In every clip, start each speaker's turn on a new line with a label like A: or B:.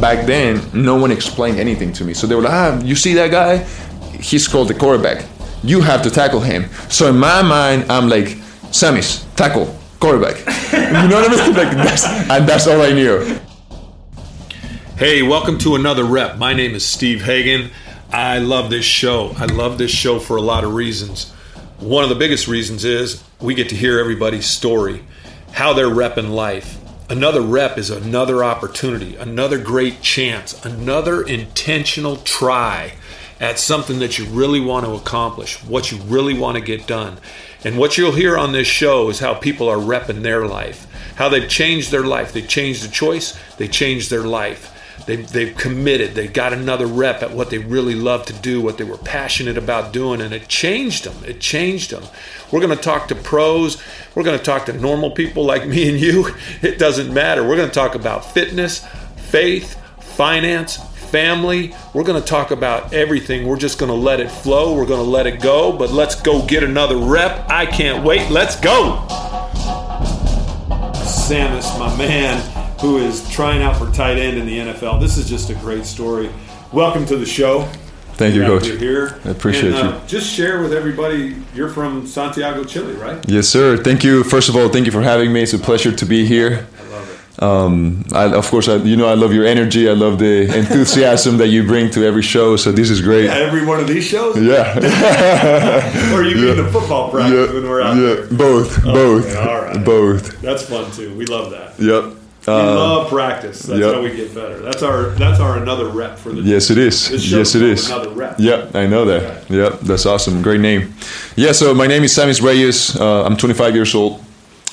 A: back then, no one explained anything to me. So they were like, ah, you see that guy? He's called the quarterback. You have to tackle him. So in my mind, I'm like, Sammy's tackle quarterback. you know what I mean? Like that's and that's all I knew.
B: Hey, welcome to another rep. My name is Steve Hagan. I love this show. I love this show for a lot of reasons. One of the biggest reasons is we get to hear everybody's story, how they're repping life. Another rep is another opportunity, another great chance, another intentional try at something that you really want to accomplish, what you really want to get done. And what you'll hear on this show is how people are repping their life, how they've changed their life. They've changed the choice, they changed their life. They've, they've committed, they got another rep at what they really love to do, what they were passionate about doing, and it changed them. It changed them. We're going to talk to pros. We're going to talk to normal people like me and you. It doesn't matter. We're going to talk about fitness, faith, finance, family. We're going to talk about everything. We're just going to let it flow. We're going to let it go, but let's go get another rep. I can't wait. Let's go. Samus, my man, who is trying out for tight end in the NFL. This is just a great story. Welcome to the show.
A: Thank you,
B: Glad
A: coach.
B: You're here.
A: I appreciate
B: And, uh,
A: you.
B: Just share with everybody. You're from Santiago, Chile, right?
A: Yes, sir. Thank you. First of all, thank you for having me. It's a pleasure to be here.
B: I love it.
A: Um, I, of course, I, you know I love your energy. I love the enthusiasm that you bring to every show. So this is great.
B: Every one of these shows,
A: Yeah,
B: or you mean the football practice when we're out
A: yeah.
B: there?
A: Both, both,
B: all right.
A: both.
B: That's fun too. We love that.
A: Yep.
B: We
A: Uh,
B: love practice. That's
A: yep.
B: how we get better. That's our that's our another rep for the
A: yes, it
B: This
A: is. Yes,
B: show's
A: it
B: called
A: is.
B: Another rep.
A: Yeah, I know that. Yeah, that's awesome. Great name. Yeah, so my name is Samis Reyes. Uh, I'm 25 years old.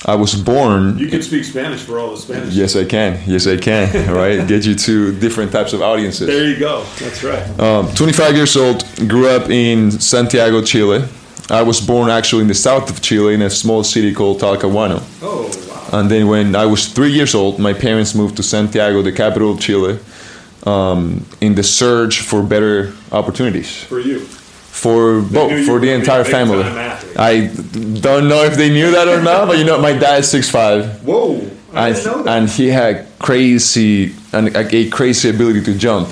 A: I was born.
B: You can speak Spanish for all the Spanish.
A: Yes, I can. Yes, I can. All right, get you to different types of audiences.
B: There you go. That's right.
A: Um, 25 years old. Grew up in Santiago, Chile. I was born actually in the south of Chile in a small city called Talcahuano.
B: oh wow.
A: And then when I was three years old, my parents moved to Santiago, the capital of Chile, um, in the search for better opportunities
B: For you.
A: for
B: knew
A: both
B: you
A: for
B: were
A: the
B: gonna be a
A: entire
B: big-time
A: family.
B: athlete.
A: I don't know if they knew that or not, but you know, my dad's six five,
B: Whoa. I
A: and,
B: didn't know that.
A: and he had crazy and like, a crazy ability to jump.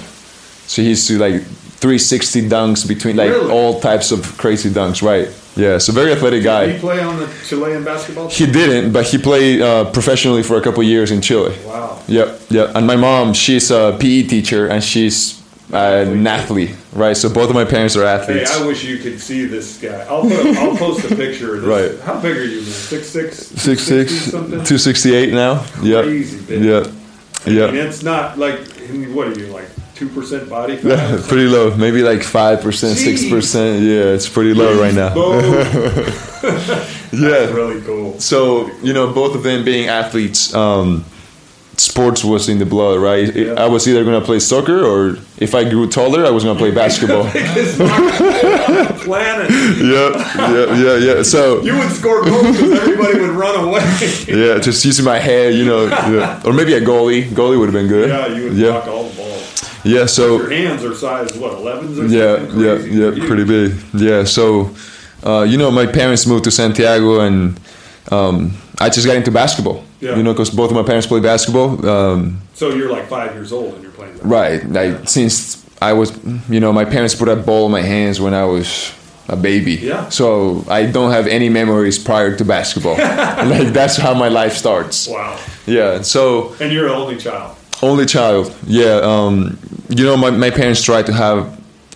A: So he used to like 360 dunks between like
B: Really?
A: all types of crazy dunks, right? Yeah, so very athletic guy.
B: Did he play on the Chilean basketball team?
A: He didn't, but he played uh, professionally for a couple years in Chile.
B: Wow.
A: Yep, yep. And my mom, she's a PE teacher and she's uh, an athlete, right? So both of my parents are
B: Hey,
A: athletes.
B: I wish you could see this guy. I'll put, I'll post a picture. Of this.
A: Right.
B: How big are you, man? Six six.
A: Six six,
B: 60
A: two sixty eight now. Yep.
B: Crazy big.
A: Yep.
B: And
A: Yep.
B: it's not like what are you like two percent body fat?
A: Yeah, pretty low. Maybe like five percent,
B: Jeez.
A: six percent. Yeah, it's pretty low right now.
B: Boom. That's
A: Yeah.
B: really cool.
A: So you know, both of them being athletes, um, sports was in the blood, right? It-
B: Yeah.
A: I was either gonna play soccer or if I grew taller, I was gonna play basketball. yep.
B: Biggest market on the planet.
A: Yep. Yeah. Yeah. So.
B: You would score goals because everybody would run away.
A: Yeah, just using my hair, you know, yeah. or maybe a goalie. Goalie would have been good.
B: yeah, you would
A: yeah,
B: block all the balls.
A: yeah. So
B: Your hands are size what, 11s or
A: yeah,
B: something?
A: yeah,
B: Crazy.
A: yeah,
B: You-
A: pretty big. Yeah, so uh, you know, my parents moved to Santiago, and um, I just got into basketball.
B: Yeah.
A: You know, because both of my parents play basketball. Um,
B: So you're like five years old and you're playing. that.
A: right, like since I was, you know, my parents put a ball in my hands when I was a baby.
B: Yeah.
A: So I don't have any memories prior to basketball. like that's how my life starts.
B: Wow.
A: Yeah. So
B: And you're an only child.
A: only child yeah um, you know my, my parents tried to have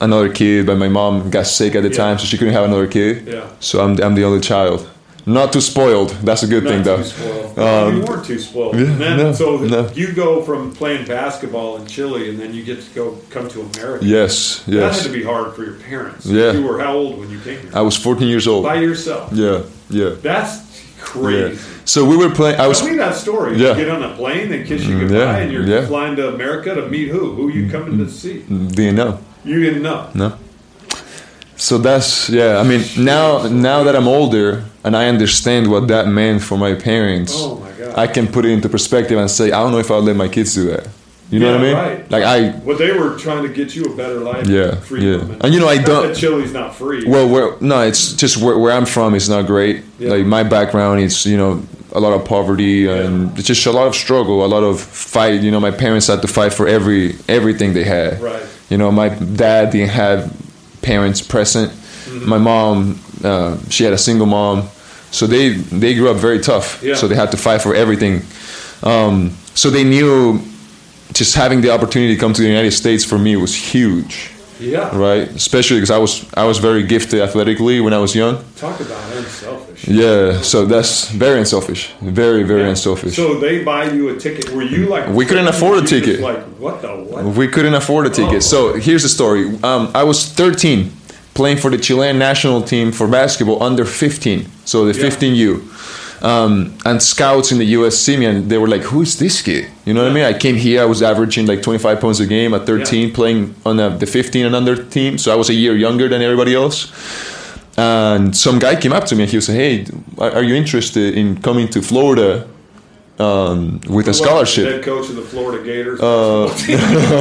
A: another kid but my mom got sick at the
B: Yeah.
A: time so she couldn't have another kid
B: Yeah.
A: so I'm, I'm the only child not too spoiled that's a good
B: Not
A: thing
B: too
A: though
B: spoiled.
A: Um,
B: you weren't too spoiled.
A: yeah,
B: and then,
A: no,
B: so
A: no.
B: you go from playing basketball in Chile and then you get to go come to America.
A: yes
B: That had
A: yes
B: to be hard for your parents.
A: Yeah.
B: You were how old when you came here?
A: i was 14 years old
B: By yourself.
A: yeah yeah
B: That's
A: yeah
B: crazy.
A: so we were playing i was
B: Tell me that story.
A: Yeah. Mm,
B: You get on a plane, they kiss you goodbye,
A: yeah,
B: and you're
A: yeah. Mm.
B: flying to America to meet who? Who you coming to see?
A: do you know
B: You didn't know.
A: No. So that's yeah. I mean, now now that I'm older and I understand what that meant for my parents,
B: Oh my God.
A: Mm. I can put it into perspective and say, I don't know if I'll let my kids do that. You know
B: Yeah,
A: what I mean?
B: right.
A: Like I
B: But they were trying to get you a better life.
A: yeah
B: freedom.
A: yeah. And you know I
B: not
A: don't.
B: That Chile's not free.
A: Well, where, no, it's just where, where I'm from is not great.
B: Yeah.
A: Like my background, it's you know a lot of poverty and it's just a lot of struggle, a lot of fight. You know, my parents had to fight for every everything they had.
B: Right.
A: You know, my dad didn't have parents present.
B: Mm-hmm.
A: My mom, uh, she had a single mom, so they they grew up very tough.
B: Yeah.
A: So they had to fight for everything. Um, so they knew just having the opportunity to come to the United States for me was huge,
B: Yeah.
A: right? Especially because I was I was very gifted athletically when I was young.
B: Talk about unselfish.
A: Yeah, so that's very unselfish. Very, very unselfish.
B: So they buy you a ticket. Were you like?
A: We couldn't afford a
B: you just
A: ticket.
B: Like what the what?
A: we couldn't afford a ticket. So here's the story. Um, I was 13, playing for the Chilean national team for basketball under 15. So the
B: Yeah.
A: 15U. Um, and scouts in the US see me and they were like, who is this kid? You know what I mean? I came here, I was averaging like 25 points a game at 13, playing on the, the 15 and under team. So I was a year younger than everybody else. And some guy came up to me and he was like, hey, are are you interested in coming to Florida um, with a scholarship? Uh,
B: Head coach of the Florida Gators.
A: no,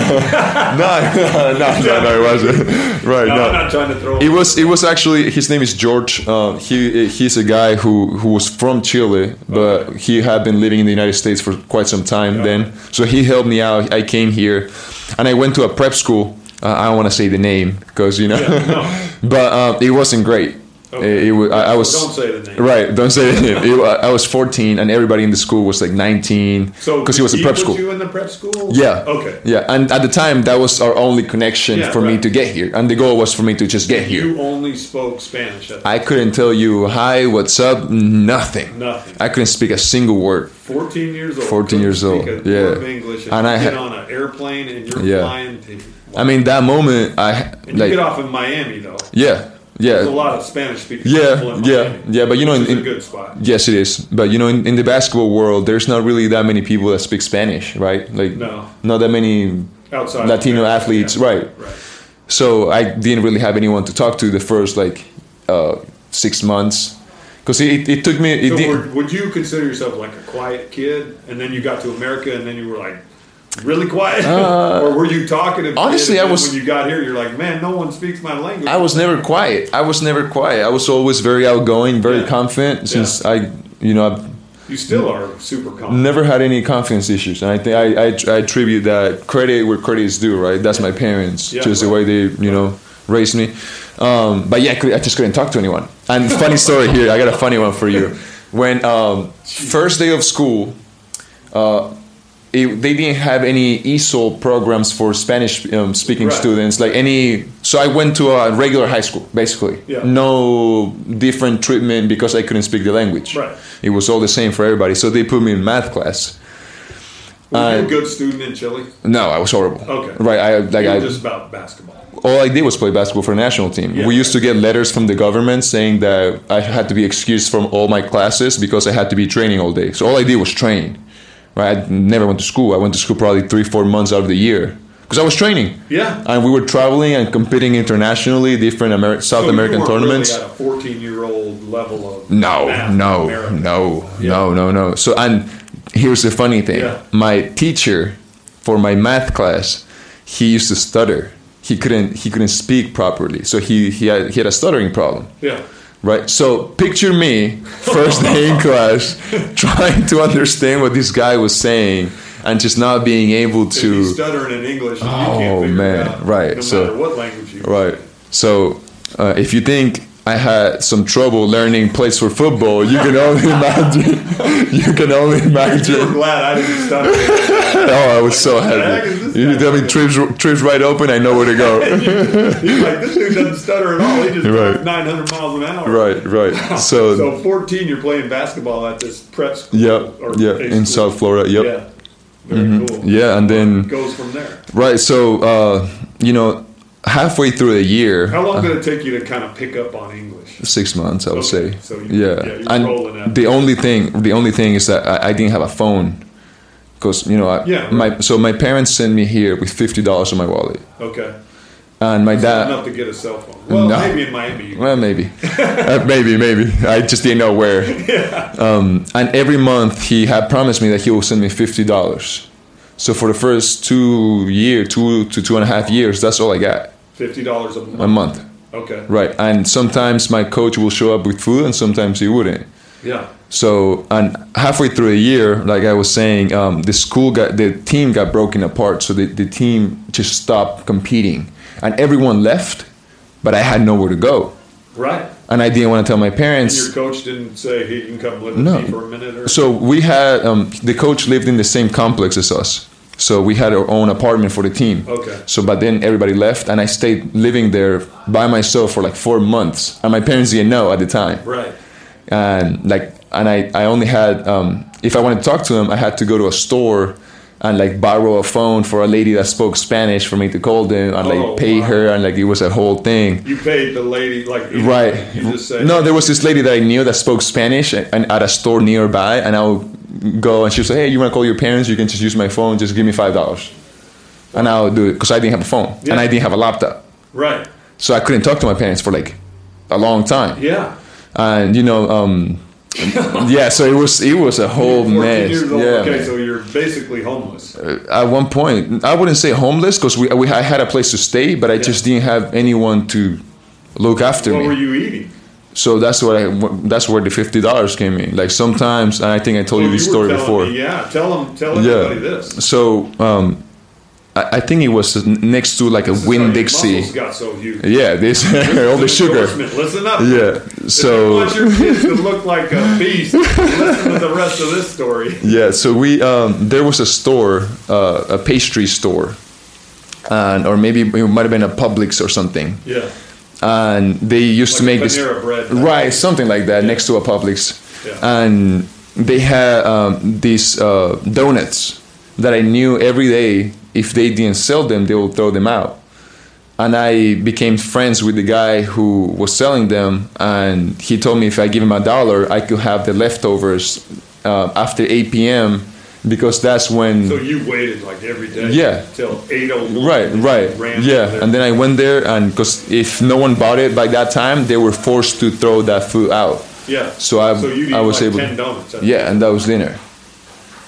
A: no, no, no, it wasn't. Right,
B: no,
A: no.
B: I'm not trying to throw.
A: It was. It was actually. His name is George. Uh, he he's a guy who who was from Chile, but he had been living in the United States for quite some time then. So he helped me out. I came here, and I went to a prep school. Uh, I don't want to say the name because you know,
B: no.
A: but uh, it wasn't great. It,
B: Okay.
A: it was. I, I was.
B: Don't say the name.
A: Right, don't say the name. It, wa- I was 14, and everybody in the school was like 19, because
B: So
A: it was a
B: he
A: prep
B: put
A: school.
B: You in the prep school?
A: Yeah.
B: Okay.
A: Yeah, and at the time that was our only connection
B: Yeah,
A: for me
B: right.
A: to get here, and the goal was for me to just get here.
B: You only spoke Spanish at
A: I couldn't tell you hi, what's up, nothing.
B: Nothing.
A: I couldn't speak a single word.
B: 14 years old.
A: 14 years
B: Couldn't
A: old,
B: Speak a word
A: yeah.
B: of English. And,
A: And
B: you
A: I
B: get
A: ha-
B: on an airplane and you're
A: Yeah.
B: flying. To,
A: I mean, that moment, I
B: and you
A: like,
B: get off in Miami though.
A: yeah,
B: There's a
A: yeah,
B: lot of Spanish speaking people
A: yeah,
B: in
A: yeah,
B: Miami.
A: yeah. But you know, in,
B: It's a
A: in,
B: good spot.
A: yes, it is. But you know, in, in the basketball world, there's not really that many people that speak Spanish, right? Like,
B: No.
A: not that many
B: Outside. of
A: Latino
B: America,
A: athletes,
B: yeah.
A: right? so I didn't really have anyone to talk to the first like uh, six months because it, it took me it
B: So
A: didn't-
B: were, would you consider yourself like a quiet kid, and then you got to America, and then you were like really quiet, or were you talkative? kid,
A: Uh, honestly,
B: and
A: I
B: then
A: was-
B: When you got here, you're like, man, no one speaks my language.
A: I was never quiet I was never quiet I was always very outgoing very
B: Yeah.
A: confident since I you know I've
B: You still are super confident.
A: never had any confidence issues and I think I, I, I attribute that credit where credit is due right that's my parents
B: Yeah,
A: just the
B: right.
A: way they you know raised me um, but yeah I, could, I just couldn't talk to anyone and funny story here I got a funny one for you when um, first day of school uh, it, they didn't have any ESOL programs for Spanish um, speaking
B: Right.
A: students, like any. So I went to a regular high school, basically.
B: Yeah.
A: No different treatment because I couldn't speak the language.
B: Right.
A: It was all the same for everybody. So they put me in math class.
B: Were you
A: I-
B: a good student in Chile?
A: No, I was horrible.
B: Okay.
A: Right. I like
B: You
A: I
B: were just about basketball.
A: all I did was play basketball for the national team.
B: Yeah.
A: We used to get letters from the government saying that I had to be excused from all my classes because I had to be training all day. So all I did was train. Right? I never went to school. I went to school probably three, four months out of the year because I was training.
B: Yeah.
A: And we were traveling and competing internationally, different Amer- South
B: So you
A: American
B: weren't
A: tournaments.
B: Really at a 14 year old level of
A: No,
B: math
A: no,
B: in America.
A: no,
B: Yeah.
A: no, no, no. So, and here's the funny thing
B: Yeah.
A: my teacher for my math class, he used to stutter. He couldn't, he couldn't speak properly. So, he, he, had, he had a stuttering problem,
B: Yeah.
A: right? So, picture me first day in class trying to understand what this guy was saying and just not being able
B: If you
A: to.
B: stuttering in English, and you
A: Oh,
B: can't figure
A: man.
B: it out,
A: Right,
B: No
A: so-
B: matter what language you
A: Right. So, uh, if you think I had some trouble learning plays for football, you can only imagine. You can only
B: You're
A: imagine.
B: glad I didn't stutter.
A: Oh, I was so
B: What the heck is this
A: happy. You
B: guy
A: tell me
B: doing?
A: trips, trips right open. I know where to go.
B: He's like, this dude doesn't stutter at all. He just
A: Right.
B: drives 900 miles an hour.
A: right, right. So,
B: So 14, you're playing basketball at this prep school.
A: yeah,
B: or
A: yeah,
B: a
A: in
B: school.
A: South Florida. Yep. Mm-hmm.
B: Yeah. Very cool.
A: Yeah, and then
B: Goes from there.
A: right. So, uh, you know, halfway through the year,
B: How long did it take you to kind of pick up on English?
A: six months, I would
B: Okay,
A: say.
B: so you-
A: yeah,
B: yeah, you're rolling out.
A: and the only thing, the only thing is that I, I didn't have a phone, because you know, I,
B: Yeah.
A: my so my parents sent me here with fifty dollars in my wallet,
B: Okay.
A: and my dad.
B: Enough to get a cell phone. Well,
A: No.
B: maybe in Miami. You
A: Well, maybe, uh, maybe, maybe. I just didn't know where. Um, and every month he had promised me that he will send me fifty dollars. So for the first two year, two to two and a half years, that's all I got
B: $50 a
A: a
B: month.
A: month,
B: Okay.
A: right? And sometimes my coach will show up with food, and sometimes he wouldn't.
B: Yeah.
A: So and halfway through the year, like I was saying, um, the school got the team got broken apart. So the, the team just stopped competing, and everyone left. But I had nowhere to go,
B: Right.
A: and I didn't want to tell my
B: And your
A: parents.
B: coach didn't say he can come live with
A: No.
B: me for a minute or
A: So we had um, the coach lived in the same complex as us. So we had our own apartment for the team.
B: Okay.
A: So but then everybody left, and I stayed living there by myself for like four months, and my parents didn't know at the time.
B: Right.
A: and like and I, I only had um, if I wanted to talk to him I had to go to a store and like borrow a phone for a lady that spoke Spanish for me to call them and like
B: Oh,
A: pay
B: wow.
A: her and like it was a whole thing
B: You paid the lady like you-
A: right
B: You just said
A: no there was this lady that I knew that spoke Spanish and, and at a store nearby and I would go and she was like hey you want to call your parents you can just use my phone just give me five dollars and I would do it because I didn't have a phone and
B: Yeah.
A: I didn't have a laptop
B: Right.
A: so I couldn't talk to my parents for like a long time
B: Yeah.
A: and you know um yeah so it was it was a whole
B: 14
A: mess
B: years
A: yeah
B: old. okay,
A: man.
B: so you're basically homeless.
A: at one point i wouldn't say homeless because we, we i had a place to stay but i just didn't have anyone to look after
B: what
A: me
B: were you eating?
A: so that's what i that's where the $50 came in like sometimes and i think i told you
B: Well,
A: this
B: you were
A: story
B: telling
A: before
B: me, yeah, tell them, tell everybody
A: yeah
B: this.
A: so um I, I think it was next to like a
B: This is how your muscles
A: win-dixie
B: got so huge.
A: yeah this all the
B: This is an
A: sugar
B: endorsement. Listen up.
A: yeah
B: If you
A: so
B: want your kids to look like a beast, listen to the rest of this story.
A: Yeah, so we um, there was a store, uh, a pastry store, and or maybe it might have been a Publix or something,
B: Yeah.
A: and they used to
B: Like
A: make
B: a
A: this
B: Panera bread.
A: right something like that next to a Publix,
B: Yeah.
A: and they had um, these uh, donuts that I knew every day if they didn't sell them they would throw them out, and I became friends with the guy who was selling them, and he told me if I give him a dollar I could have the leftovers uh, after 8 p.m. because that's when
B: So you waited like every day.
A: Yeah.
B: Till eight oh.
A: Right, right.
B: Ran over
A: yeah,
B: there.
A: and then I went there, and because if no one bought it by that time, they were forced to throw that food out.
B: Yeah.
A: So I-
B: so you'd
A: I
B: eat,
A: was
B: like
A: able-
B: ten donuts. That,
A: Yeah, and that was dinner.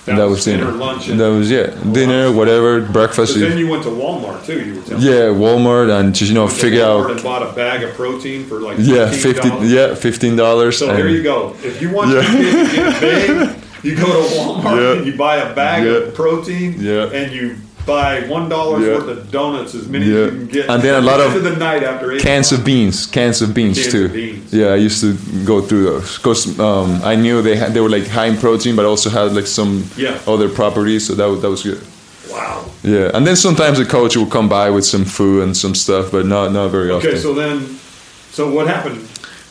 B: that, was, dinner, lunch, and
A: that was yeah, dinner, whatever, breakfast.
B: But then you went to Walmart too. You were telling me.
A: yeah, Walmart, and just you know
B: You went to
A: figure
B: Walmart
A: out.
B: and bought a bag of protein for like
A: Yeah,
B: $15.
A: fifteen. Yeah, fifteen dollars.
B: So there you go. If you want your kid to get big, you go to Walmart
A: Yeah.
B: and you buy a bag
A: Yeah.
B: of protein
A: Yeah.
B: and you buy one dollar's
A: Yeah.
B: worth of donuts as many
A: Yeah.
B: as you can get.
A: And then a lot of
B: to the night after eight
A: Cans of
B: o'clock.
A: beans, cans of beans
B: Cans of
A: too.
B: beans.
A: Yeah, I used to go through those because um, I knew they had, they were like high in protein, but also had like some
B: Yeah.
A: other properties, so that was, that was good.
B: Wow.
A: Yeah, and then sometimes the coach will come by with some food and some stuff, but not not very
B: Okay,
A: often.
B: so then, so what happened?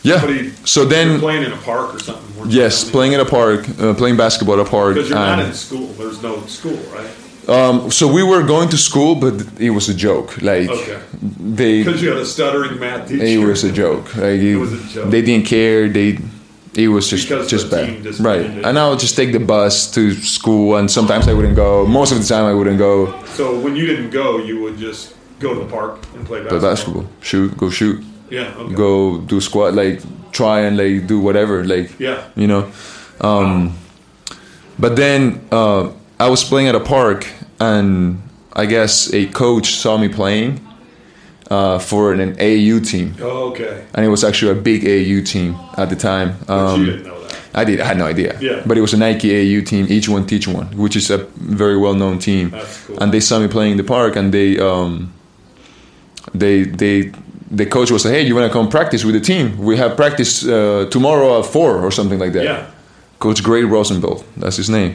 A: yeah.
B: Somebody-
A: So
B: you're
A: then,
B: playing in a park or something. weren't you?
A: yes, playing at a park, uh, playing basketball at a park.
B: Because you're not in
A: and-
B: school. There's no school, right?
A: um, so we were going to school, but it was a joke. Like
B: Okay.
A: they,
B: Because you had a stuttering math teacher.
A: it was a joke. Like it,
B: was a joke.
A: They didn't care. They, it was just
B: Because
A: just
B: the
A: bad,
B: team just
A: right?
B: needed it.
A: And I would just take the bus to school, and sometimes I wouldn't go. Most of the time, I wouldn't go.
B: So when you didn't go, you would just go to the park and play
A: But
B: basketball.
A: basketball, shoot, go shoot.
B: Yeah. Okay.
A: go do squat like try and like do whatever like
B: Yeah.
A: you know um but then uh i was playing at a park and i guess a coach saw me playing uh for an, an au team
B: Oh, okay.
A: and it was actually a big au team at the time
B: But
A: um
B: you didn't know that.
A: i did i had no idea
B: Yeah.
A: but it was a nike au team each one teach one which is a very well-known team
B: That's cool.
A: and they saw me playing in the park and they um they they the coach was like hey you want to come practice with the team we have practice uh, tomorrow at four or something like that
B: Yeah.
A: coach gray rosenfeld that's his name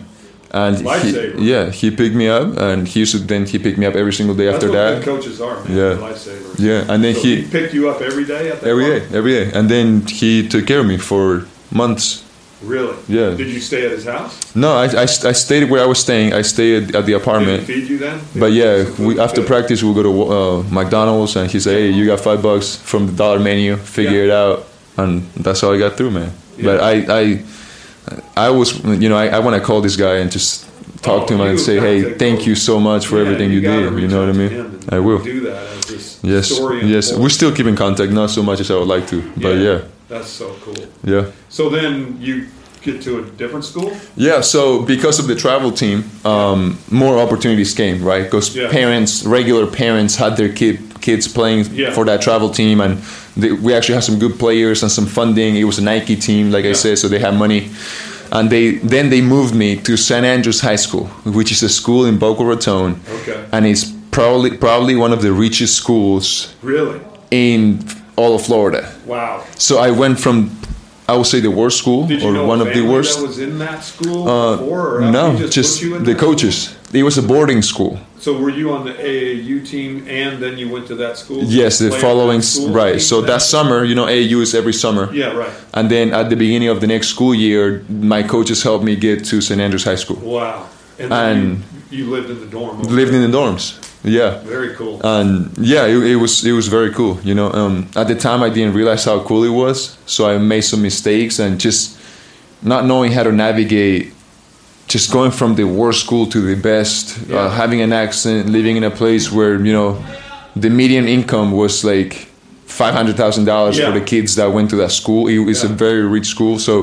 A: and he,
B: Lifesaver.
A: yeah he picked me up and he used to then he picked me up every single day
B: That's
A: after
B: what
A: that
B: good coaches are, man.
A: Yeah.
B: Yeah. Lifesavers.
A: yeah and then
B: So
A: he
B: he picked you up every day at that
A: every
B: park?
A: day every day and then he took care of me for months
B: Really?
A: Yeah.
B: Did you stay at his house?
A: no i, I, I stayed where i was staying i stayed at the
B: Did he
A: apartment
B: feed you then?
A: But yeah,
B: Did he
A: we after
B: feed-
A: practice we'll go to uh, McDonald's and he said, "Hey, you got five bucks from the dollar menu. Figure
B: Yeah.
A: it out." And that's how I got through, man. But
B: Yeah.
A: I, I, I was, you know, I, I want to call this guy and just talk
B: Oh,
A: to him
B: you
A: and say,
B: gotta
A: "Hey,
B: take
A: thank
B: those-
A: you so much for
B: Yeah,
A: everything you,
B: gotta
A: did." You
B: reach
A: know
B: out
A: what I
B: to
A: mean?
B: him and
A: I will.
B: Do that as this
A: Yes,
B: story. and
A: yes.
B: form.
A: We still keep in contact, not so much as I would like to, but yeah,
B: That's so cool.
A: yeah.
B: So then you get to a different school?
A: Yeah, so because of the travel team, um, more opportunities came, right? Because
B: Yeah.
A: parents, regular parents, had their kid, kids playing
B: Yeah.
A: for that travel team, and they, we actually had some good players and some funding. It was a Nike team, like I
B: Yeah.
A: said, so they had money, and they then they moved me to San Andrews High School, which is a school in Boca Raton,
B: Okay.
A: and it's probably probably one of the richest schools
B: Really?
A: in all of Florida.
B: Wow.
A: So I went from, I would say, the worst school
B: Did you
A: or
B: know
A: one
B: a
A: of the
B: family
A: worst.
B: that was in that school
A: Uh,
B: before? Or after
A: no,
B: you
A: just,
B: just, put you in
A: the
B: that
A: coaches. It was a boarding school.
B: school? So were you on the AAU team and then you went to that school?
A: Yes, the
B: Play on that
A: following s-
B: school
A: right.
B: team
A: So
B: then?
A: that summer, you know, AU is every summer,
B: Yeah, right.
A: and then at the beginning of the next school year, my coaches helped me get to St. Andrews High School.
B: Wow. And,
A: And-
B: then you, you lived in the dorm. over
A: Lived
B: there.
A: in Uh, the dorms. Yeah.
B: Very cool.
A: and yeah, it, it was it was very cool. You know, um, at the time I didn't realize how cool it was, so I made some mistakes and just not knowing how to navigate. Just going from the worst school to the best, uh,
B: Yeah.
A: having an accent, living in a place where you know the median income was like five hundred thousand dollars for
B: Yeah.
A: the kids that went to that school. It was a
B: Yeah.
A: very rich school, so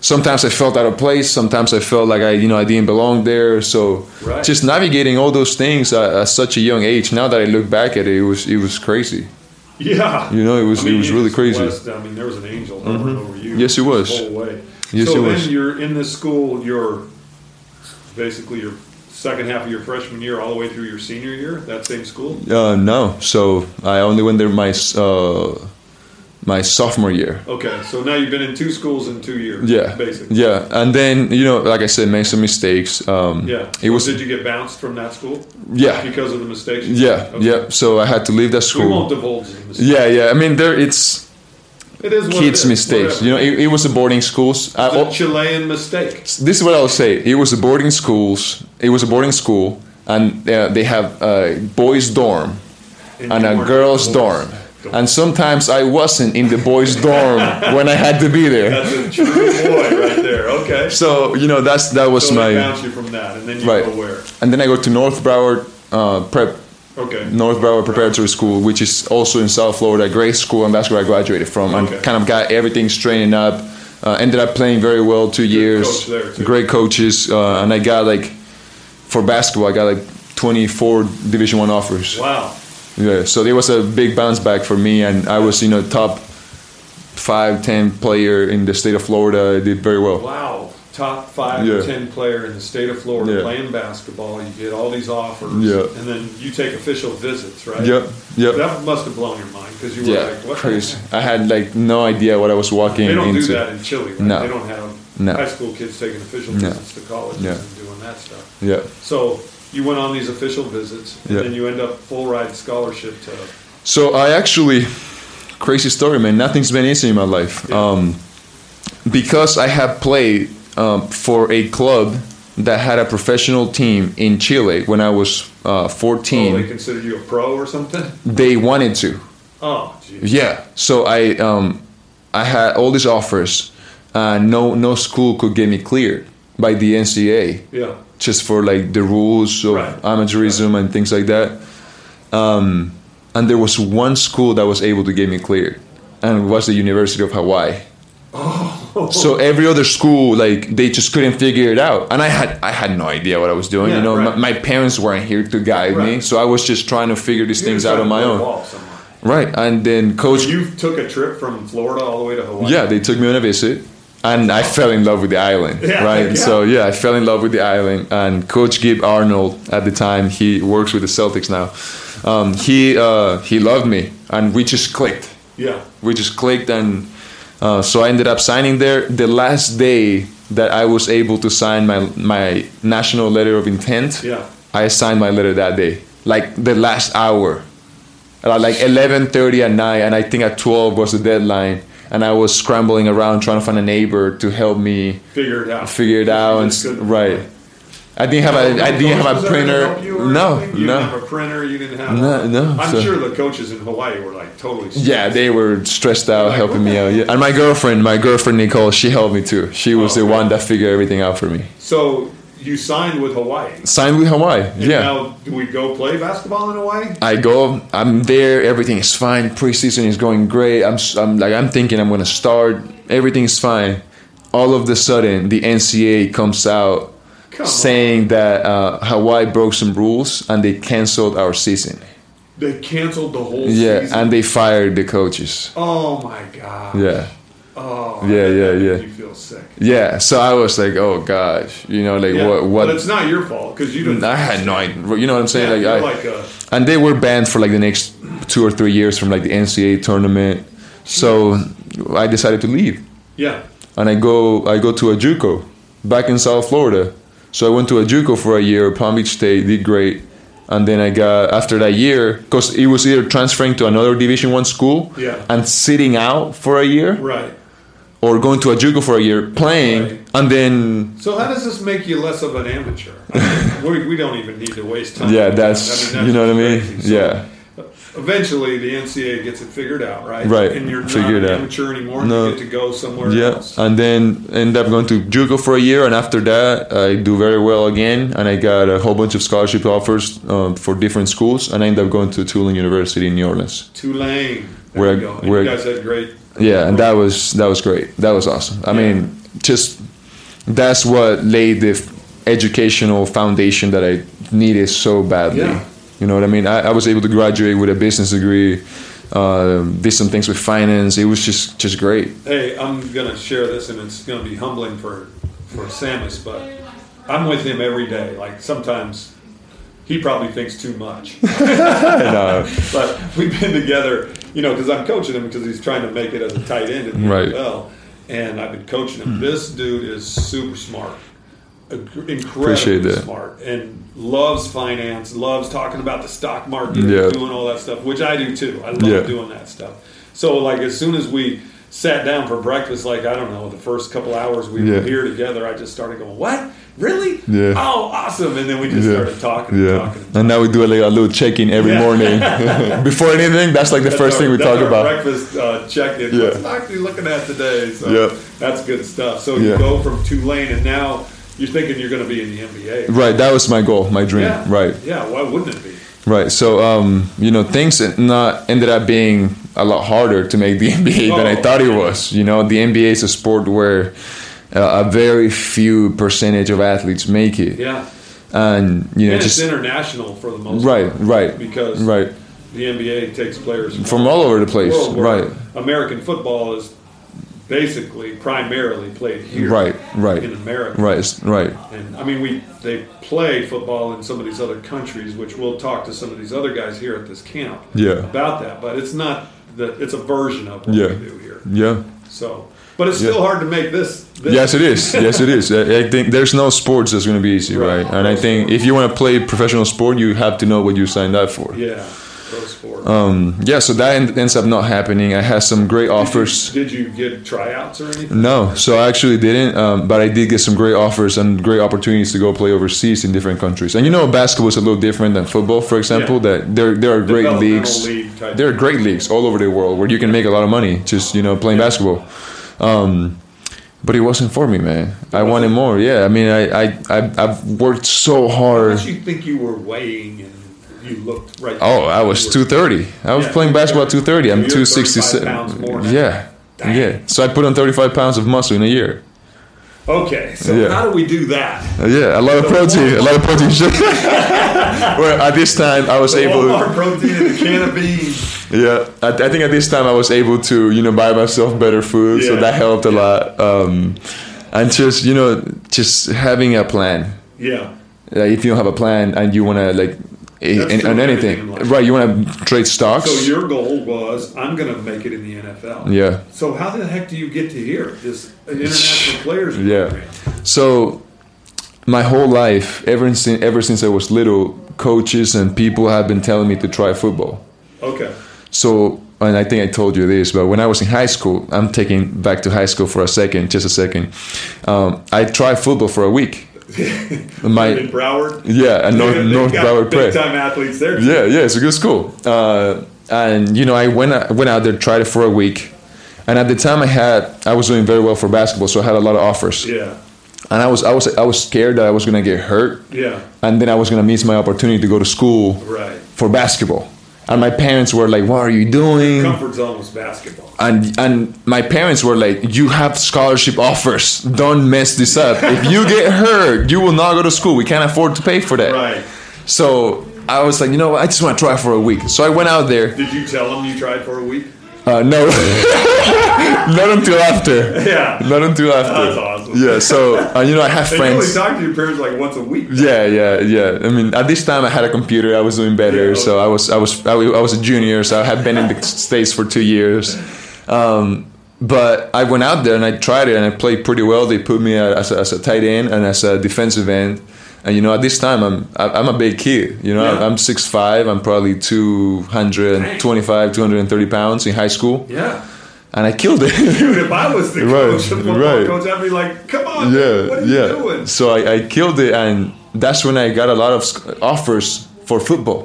A: sometimes I felt out of place. Sometimes I felt like I, you know, I didn't belong there. So
B: Right.
A: just navigating all those things at, at such a young age. Now that I look back at it, it was it was crazy.
B: yeah.
A: You know, it was
B: I mean,
A: it was
B: you
A: really
B: just
A: crazy. Mm-hmm.
B: blessed. I mean, there was an angel hovering over you.
A: Yes, he was.
B: The whole way.
A: Yes,
B: so
A: he
B: then
A: was.
B: you're in this school. You're basically your second half of your freshman year, all the way through your senior year. That same school.
A: Uh, no, so I only went there my s- uh, my sophomore year.
B: Okay, so now you've been in two schools in two years.
A: Yeah,
B: basically.
A: yeah, and then you know, like I said, made some mistakes. Um,
B: Yeah.
A: it was
B: Did you get bounced from that school?
A: Yeah.
B: Because of the mistakes. you
A: yeah,
B: made? Okay.
A: yeah. So I had to leave that
B: We won't
A: school.
B: divulge the mistakes.
A: Yeah, yeah. I mean, there it's
B: It is what it
A: kids'
B: is,
A: mistakes.
B: whatever.
A: You know, it, it was a boarding school. I,
B: It's a
A: oh,
B: Chilean mistake.
A: this is what I'll say. It was a boarding schools. It was a boarding school, and uh, they have a boys' dorm and
B: you
A: a
B: weren't
A: girls'
B: boys.
A: dorm. And sometimes I wasn't in the boys' dorm when I had to be there.
B: That's a true boy right there. Okay.
A: So you know that's that was
B: So they
A: my.
B: bounce you from that, and then you
A: Right.
B: go where?
A: And then I go to North Broward uh, Prep,
B: Okay.
A: North Broward Preparatory School, which is also in South Florida, great school, and that's where I graduated from. And
B: Okay.
A: kind of got everything straightened up. Uh, ended up playing very well two years.
B: coach there, too.
A: Great coaches, uh, and I got like for basketball, I got like 24 Division One offers.
B: Wow.
A: Yeah, so there was a big bounce back for me, and I was you know top five, ten player in the state of Florida. I did very well.
B: Wow. Top five
A: Yeah.
B: or ten player in the state of Florida
A: Yeah.
B: playing basketball. You get all these offers,
A: Yeah.
B: and then you take official visits, right?
A: Yep, yep,
B: That must have blown your mind because you were
A: yeah,
B: like, "What? the
A: crazy.
B: heck?
A: I had like no idea what I was walking
B: They don't
A: into.
B: do that in Chile. Right?
A: No.
B: They don't have
A: No.
B: high school kids taking official
A: No.
B: visits to colleges
A: Yeah.
B: and doing that stuff."
A: Yeah,
B: So you went on these official visits, and
A: Yeah.
B: then you end up full ride scholarship to. oh,
A: so I actually crazy story, man. Nothing's been easy in my life.
B: Yeah.
A: Um, because I had played um, for a club that had a professional team in Chile when I was uh,
B: Oh,
A: 14.
B: they considered you a pro or something?
A: they wanted to.
B: Oh, geez.
A: Yeah. So I um, I had all these offers. Uh, no no school could get me cleared by the NCA
B: Yeah.
A: just for like the rules of
B: Right.
A: amateurism and things like that. Um, and there was one school that was able to get me cleared, and it was the University of Hawaii.
B: Oh.
A: So every other school, like they just couldn't figure it out, and I had I had no idea what I was doing.
B: Yeah,
A: you know,
B: right.
A: my, my parents weren't here to guide me,
B: Right.
A: so I was just trying to figure these
B: You
A: things
B: decided
A: out on
B: to
A: my
B: play
A: own.
B: ball somewhere.
A: Right, and then coach
B: You took a trip from Florida all the way to Hawaii.
A: yeah, they took me on a visit, and I fell in love with the island.
B: Yeah,
A: right,
B: yeah.
A: so yeah, I fell in love with the island. And Coach Gib Arnold at the time, he works with the Celtics now. Um, he uh, he loved me, and we just clicked.
B: Yeah.
A: We just clicked, and uh, so I ended up signing there. The last day that I was able to sign my my national letter of intent,
B: Yeah.
A: I signed my letter that day, like the last hour, at like eleven thirty at night, and I think at twelve was the deadline. And I was scrambling around trying to find a neighbor to help me
B: Figure it out.
A: figure it out. And,
B: just
A: s-
B: couldn't-
A: right, I didn't have a I didn't have
B: Was
A: a
B: there anyone
A: printer.
B: help you or
A: No,
B: anything? You didn't
A: no.
B: have a printer. You didn't have.
A: No, no,
B: I'm
A: so-
B: sure the coaches in Hawaii were like totally. Stressed.
A: Yeah, they were stressed out
B: Like,
A: helping me
B: what the
A: out. Yeah. And my girlfriend, my girlfriend Nicole, she helped me too. She was
B: Oh,
A: the
B: okay.
A: one that figured everything out for me.
B: So you signed with Hawaii. And
A: Signed with Hawaii. yeah.
B: Now do we go play basketball in Hawaii?
A: I go, I'm there, everything is fine. Preseason is going great. I'm, s- I'm like, I'm thinking I'm gonna start. Everything's fine. all of the sudden the NCA comes out
B: Come on.
A: saying that uh, Hawaii broke some rules and they canceled our season.
B: They canceled the whole
A: Yeah,
B: season.
A: and they fired the coaches.
B: oh my god.
A: Yeah.
B: Oh.
A: Yeah, yeah,
B: that made
A: yeah.
B: You feel sick.
A: Yeah, so I was like, oh gosh, you know, like
B: Yeah.
A: what,
B: But it's
A: what?
B: not your fault because you didn't.
A: I had no idea. You know what I'm
B: Yeah,
A: saying?
B: you're
A: like, I,
B: like a,
A: and they were banned for like the next two or three years from like the NCAA tournament. So I decided to leave,
B: yeah.
A: and I go I go to a JUCO back in South Florida. So I went to a JUCO for a year, Palm Beach State, did great, and then I got after that year because it was either transferring to another Division One school
B: Yeah.
A: and sitting out for a year,
B: Right.
A: or going to a JUCO for a year, playing,
B: Right.
A: and then
B: So how does this make you less of an amateur? I mean, we, we don't even need to waste time.
A: yeah,
B: on that.
A: that's,
B: I mean,
A: you know what I mean?
B: crazy. So
A: yeah,
B: Eventually, the NCAA gets it figured out, right?
A: Right,
B: And you're
A: figured
B: not
A: out.
B: an amateur anymore.
A: No.
B: You get to go somewhere
A: yeah,
B: else.
A: and then end up going to JUCO for a year, and after that I do very well again, and I got a whole bunch of scholarship offers um, for different schools, and I end up going to Tulane University in New Orleans.
B: Tulane. There
A: Where-
B: you go. And
A: where-
B: you guys had great.
A: yeah and that was that was great that was awesome i mean just that's what laid the f- educational foundation that i needed so badly
B: Yeah.
A: you know what i mean I, I was able to graduate with a business degree uh, did some things with finance it was just just great
B: Hey, I'm gonna share this, and it's gonna be humbling for for Samus, but I'm with him every day. Like sometimes he probably thinks too much. but we've been together, you know, because I'm coaching him because he's trying to make it as a tight end in the
A: Right. Hmm.
B: NFL, and I've been coaching him. This dude is super smart, inc-
A: Appreciate
B: incredibly
A: that.
B: smart, and loves finance, loves talking about the stock market,
A: Yeah.
B: and doing all that stuff, which I do too. I love
A: Yeah.
B: doing that stuff. So, like, as soon as we sat down for breakfast, like I don't know, the first couple hours we
A: Yeah.
B: were here together, I just started going, "What? Really?
A: Yeah.
B: Oh, awesome!" And then we just started talking, and
A: yeah
B: talking. and
A: and now we do like a little check-in every
B: Yeah.
A: morning before anything that's like the
B: That's
A: first
B: our-
A: thing we
B: that's
A: talk
B: our
A: about
B: Breakfast uh, check in.
A: Yeah.
B: What's Moxie looking at today? So
A: Yep.
B: that's good stuff. So you
A: Yeah.
B: go from Tulane, and now you're thinking you're going to be in the NBA.
A: right that was my goal my dream
B: Yeah.
A: right
B: Yeah. Why wouldn't it be?
A: Right. So, um, you know, things not ended up being a lot harder to make the NBA than I
B: Oh.
A: thought it was. You know, the NBA is a sport where uh, a very few percentage of athletes make it,
B: Yeah.
A: and you know,
B: And
A: just
B: it's international for the most
A: right,
B: part.
A: right,
B: Because
A: right,
B: the NBA takes players from,
A: from all over the place.
B: the world. where
A: Right,
B: American football is basically primarily played here.
A: right,
B: In
A: right,
B: America.
A: right, s- right,
B: And I mean, we they play football in some of these other countries, which we'll talk to some of these other guys here at this camp
A: Yeah.
B: about that. But it's not the it's a version of what
A: Yeah.
B: we do here.
A: yeah.
B: So, but it's still
A: Yeah.
B: hard to make this. this
A: Yes, it is. Yes, it is. I I think there's no sports that's going to be easy,
B: Right.
A: right? And I think if you want to play professional sport, you have to know what you signed up for.
B: Yeah, pro sport.
A: Uh, Yeah, so that end, ends up not happening. I had some great offers.
B: Did you get tryouts or anything?
A: No, so I actually didn't, um, but I did get some great offers and great opportunities to go play overseas in different countries. And you know, basketball is a little different than football, for example.
B: Yeah.
A: That there there are great
B: Developmental
A: leagues.
B: league type.
A: There are great leagues all over the world where you can make a lot of money just you know playing basketball. Um, but it wasn't for me, man. I wanted more. Yeah, I mean, I I, I I've worked so
B: How
A: hard.
B: much you think you were weighing and you looked right?
A: Oh, I was
B: You were-
A: two thirty. I was
B: Yeah.
A: playing basketball at two thirty. I'm
B: You're
A: two sixty
B: 35 pounds more
A: seven.
B: now.
A: Yeah,
B: Dang.
A: yeah. So I put on thirty five pounds of muscle in a year.
B: Okay, so
A: Yeah.
B: how do we do that?
A: Uh, Yeah, a lot of protein, a lot of protein. Where at this time I was able,
B: Walmart protein and a can of beans.
A: yeah, I, I think at this time I was able to, you know, buy myself better food, so
B: Yeah.
A: that helped a lot. Um, and just, you know, just having a plan.
B: Yeah,
A: Like if you don't have a plan and you wanna like, eh,
B: That's
A: in-
B: true
A: on
B: with
A: anything,
B: everything in life.
A: right? You wanna trade stocks.
B: So your goal was, I'm going to make it in the NFL.
A: Yeah.
B: So how the heck do you get to here? This international players.
A: Yeah.
B: program.
A: So my whole life, ever since ever since I was little, coaches and people have been telling me to try football.
B: Okay.
A: So, and I think I told you this, but when I was in high school, I'm taking back to high school for a second, just a second. Um, I tried football for a week.
B: in
A: My
B: Broward.
A: yeah, and North
B: They've
A: North
B: got
A: Broward
B: Big
A: Prep.
B: time athletes there.
A: Yeah, yeah, it's a good school. Uh, and you know, I went I went out there, tried it for a week, and at the time I had I was doing very well for basketball, so I had a lot of offers,
B: Yeah.
A: and I was I was I was scared that I was gonna get hurt,
B: Yeah.
A: and then I was gonna miss my opportunity to go to school
B: Right.
A: for basketball. And my parents were like, "What are you doing?"
B: Comfort zone was basketball.
A: And and my parents were like, "You have scholarship offers. Don't mess this up. If you get hurt, you will not go to school. We can't afford to pay for that."
B: Right.
A: So I was like, you know what? I just want to try for a week. So I went out there.
B: Did you tell them you tried for a week?
A: Uh, no, not until after.
B: Yeah.
A: Not until after.
B: That's awesome.
A: Yeah. So uh, you know, I have
B: And you only
A: friends.
B: talk to your parents like once a week.
A: Yeah, yeah, yeah. I mean, at this time I had a computer. I was doing better,
B: Yeah.
A: so I was, I was, I wa- I was a junior. So I had been in the states for two years. Um, but I went out there and I tried it, and I played pretty well. They put me at- as a, as a tight end and as a defensive end. And you know, at this time I'm, I- I'm a big kid. You know,
B: Yeah.
A: I'm six five. I'm probably 225, 230 pounds in high school,
B: Yeah.
A: and I killed it.
B: Dude, if I was the
A: Right,
B: coach, the football
A: right.
B: coach, I'd be like, come on,
A: yeah,
B: what are
A: yeah.
B: you doing?
A: So I, I killed it, and that's when I got a lot of sc- offers for football.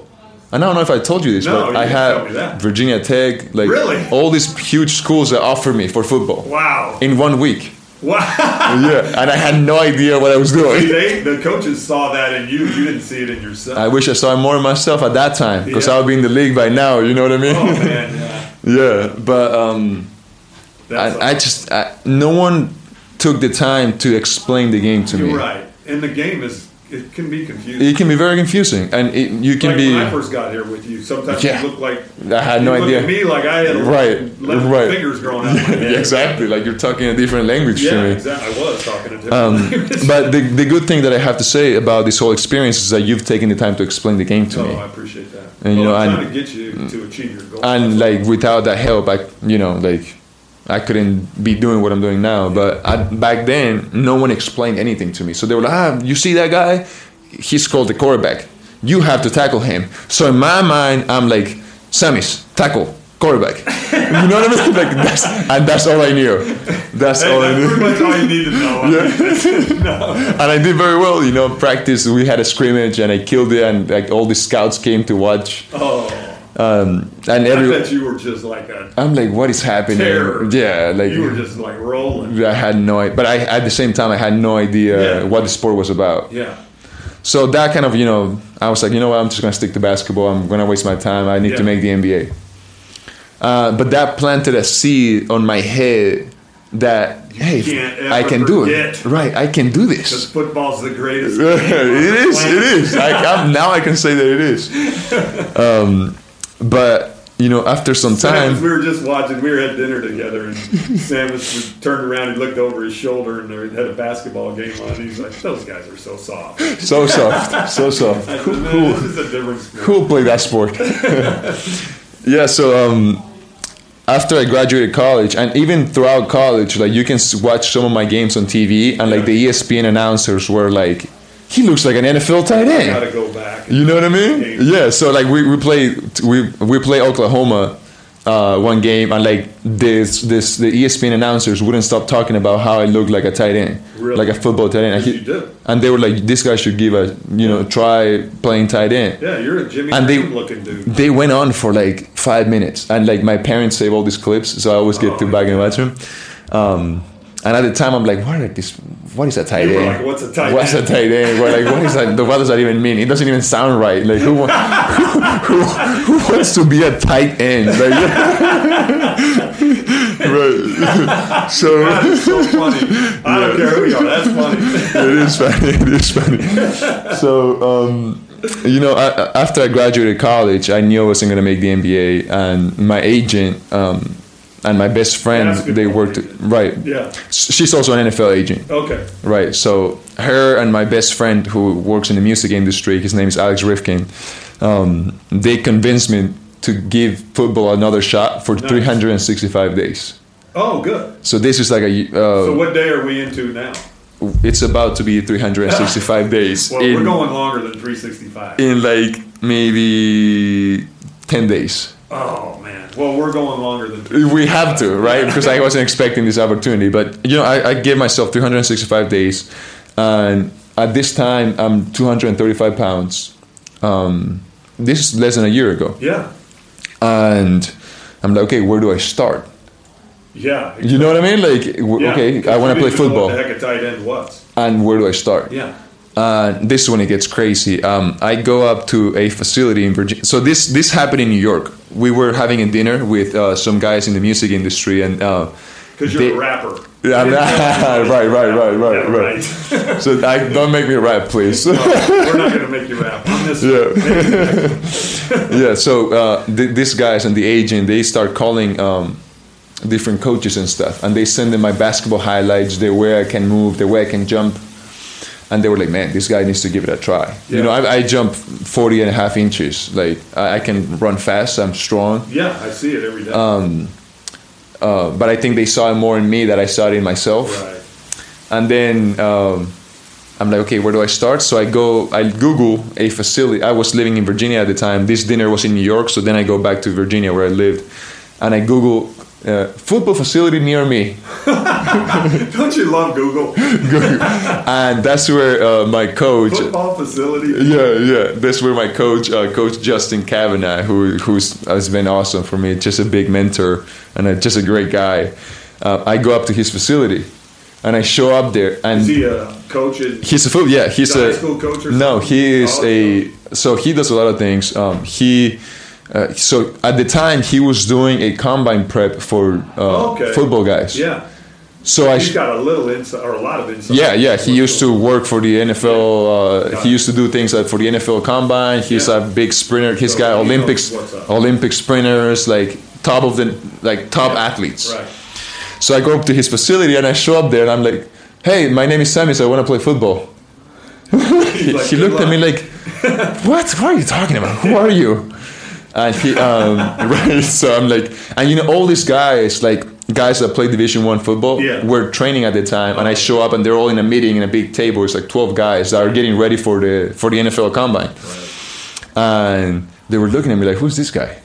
A: And I don't know if I told you this,
B: No,
A: but
B: you
A: I
B: didn't tell me
A: had
B: that.
A: Virginia Tech, like
B: Really?
A: all these huge schools that offered me for football
B: Wow.
A: in one week.
B: Wow.
A: yeah, and I had no idea what I was doing.
B: They, the coaches saw that in you. You didn't see it in yourself.
A: I wish I saw more of myself at that time because
B: Yeah.
A: I would be in the league by now. You know what I mean?
B: oh, man. Yeah.
A: yeah, but um,
B: That's
A: I, I just I, no one took the time to explain the game to me.
B: You're right. And the game is, it can be confusing.
A: It can be very confusing, and it, you can
B: like
A: be.
B: when I first got here with you, sometimes
A: Yeah.
B: you look like
A: I had
B: you
A: no
B: look
A: idea.
B: At me like I had
A: Right,
B: left
A: right.
B: fingers growing out. of my head.
A: Yeah, exactly. Like you're talking a different language
B: Yeah,
A: to me.
B: exactly. I was talking to
A: Um,
B: different languages.
A: But the, the good thing that I have to say about this whole experience is that you've taken the time to explain the game to
B: Oh, I
A: me.
B: appreciate that.
A: And, you
B: Well,
A: know,
B: I'm
A: and-
B: trying to get you to achieve your goal.
A: And like without that help, I you know like I couldn't be doing what I'm doing now. But I, back then, no one explained anything to me. So they were like, ah, you see that guy? He's called the quarterback. You have to tackle him. So in my mind, I'm like, Sammy's tackle quarterback. you know what I mean? Like that's and that's all I knew. That's
B: Hey,
A: all I
B: that's
A: knew.
B: pretty much all you need to know.
A: and I did very well, you know. Practice, we had a scrimmage, and I killed it, and like all the scouts came to watch,
B: Oh,
A: um, and
B: I
A: every
B: bet you were just like a
A: I'm like, what is happening?
B: terror.
A: Yeah, like
B: you were just like rolling.
A: I had no, i- but I at the same time I had no idea
B: Yeah.
A: what the sport was about.
B: Yeah,
A: So that kind of, you know, I was like, you know what, I'm just gonna stick to basketball. I'm gonna waste my time. I need to
B: Yeah.
A: make the NBA. Uh, but that planted a seed on my head that hey,
B: can't
A: I
B: ever
A: can do it.
B: forget.
A: Right, I can do this.
B: because football's the greatest. game on
A: it
B: the
A: is. It
B: planet.
A: is. I, I'm, now I can say that it is. Um, but you know, after some
B: Sam was-
A: time,
B: we were just watching. We were at dinner together, and Sam was turned around and looked over his shoulder, and they had a basketball game on. And he's like, "Those guys are so soft." I
A: so soft, so soft.
B: said,
A: Who,
B: "Man,
A: who,
B: This is a different sport.
A: who played that sport? yeah. So um, after I graduated college, and even throughout college, like you can s- watch some of my games on TV, and like the E ESPN announcers were like, "He looks like an NFL tight end."
B: Got to go back.
A: You know what I mean?
B: Game.
A: Yeah. So like we we play we we play Oklahoma uh, one game and like this this the E ESPN announcers wouldn't stop talking about how I looked like a tight end,
B: Really?
A: like a football tight end. I
B: Yes,
A: hit-
B: you did.
A: And they were like, this guy should give a you know try playing tight end.
B: Yeah, you're a Jimmy
A: And they-
B: Graham looking dude.
A: They went on for like five minutes, and like my parents save all these clips, so I always get
B: Oh,
A: to back in the bathroom. Um, and at the time, I'm like, what are this? What is a tight
B: You were
A: end?
B: like, "What's a tight
A: What's
B: end?"
A: a tight end? We're like, what is that? What does that even mean? It doesn't even sound right. Like, who, wa- who, who, who wants to be a tight end? Like, right. so
B: God, it's so funny. I don't care who you are. That's funny.
A: it is funny. It is funny. So, um, you know, I, I- after I graduated college, I knew I wasn't going to make the NBA, and my agent um, and my best friend,
B: Basketball
A: they worked
B: agent.
A: right.
B: Yeah.
A: S- She's also an NFL agent,
B: Okay.
A: right? So, her and my best friend, who works in the music industry, his name is Alex Rifkin. Um, they convinced me to give football another shot for 365 days.
B: Oh, good.
A: So this is like a y- uh,
B: So what day are we into now?
A: it's about to be 365 days
B: Well,
A: in,
B: we're going longer than 365.
A: in like maybe 10 days
B: Oh man. Well, we're going longer than.
A: we have to right because i wasn't expecting this opportunity but you know i, I gave myself 365 days and at this time i'm 235 pounds um, this is less than a year ago
B: Yeah.
A: and i'm like okay where do i start
B: Yeah.
A: you know what i mean like w
B: Yeah,
A: okay
B: 'cause
A: i want to
B: you
A: play
B: didn't even know
A: football
B: What the heck a tight end was?
A: and where do i start
B: Yeah.
A: uh, this is when it gets crazy. Um, I go up to a facility in Virginia. So this this happened in New York. We were having a dinner with uh, some guys in the music industry, and uh,
B: Because you're
A: They-
B: a rapper.
A: yeah, right, right, right, right,
B: Yeah,
A: right. So I, don't make me rap, please.
B: We're not going to make you rap. on this one.
A: yeah. So uh, th- these guys and the agent, they start calling um, different coaches and stuff, and they send them my basketball highlights, the way I can move, the way I can jump, and they were like, "Man, this guy needs to give it a try." You
B: Yeah.
A: know, I, I jump 40 and a half inches. Like I, I can run fast. I'm strong.
B: Yeah, I see it every day.
A: Uh, but I think they saw it more in me that I saw it in myself.
B: right.
A: and then um, I'm like, okay, where do I start? So I go, I Google a facility. I was living in Virginia at the time. This dinner was in New York, so then I go back to Virginia where I lived, and I Google uh, football facility near me,
B: Don't you love Google?
A: and that's where uh, my coach.
B: Football facility.
A: Yeah, yeah. That's where my coach, uh, Coach Justin Kavanaugh, who who's has been awesome for me, just a big mentor and a, just a great guy. Uh, I go up to his facility, and I show up there, and
B: Is he a coach? in-
A: He's a food. Yeah, he's
B: He's a
A: a
B: high school coach or
A: no.
B: something?
A: He is
B: Oh,
A: a so he does a lot of things. Um, he uh, so at the time he was doing a combine prep for uh,
B: Okay.
A: football guys.
B: yeah.
A: So I
B: He's
A: sh-
B: got a little insight or a lot of insight.
A: yeah yeah he used to work for the NFL. Uh,
B: Got
A: he
B: it.
A: used to do things like for the NFL combine. He's
B: Yeah.
A: a big sprinter. He's
B: So
A: got
B: he knows
A: Olympics
B: what's up.
A: Olympic sprinters like top of the like top athletes.
B: Right.
A: So I go up to his facility and I show up there and I'm like, hey, my name is Samis. I want to play football.
B: He's like,
A: he
B: "Good
A: looked at me
B: luck."
A: like, "What? What are you talking about? Who are you?" And he, um, right, so I'm like, and you know, all these guys, like guys that play Division One football,
B: Yeah.
A: were training at the time, and I show up, and they're all in a meeting in a big table. It's like 12 guys that are getting ready for the for the NFL Combine, and they were looking at me like, "Who's this guy?"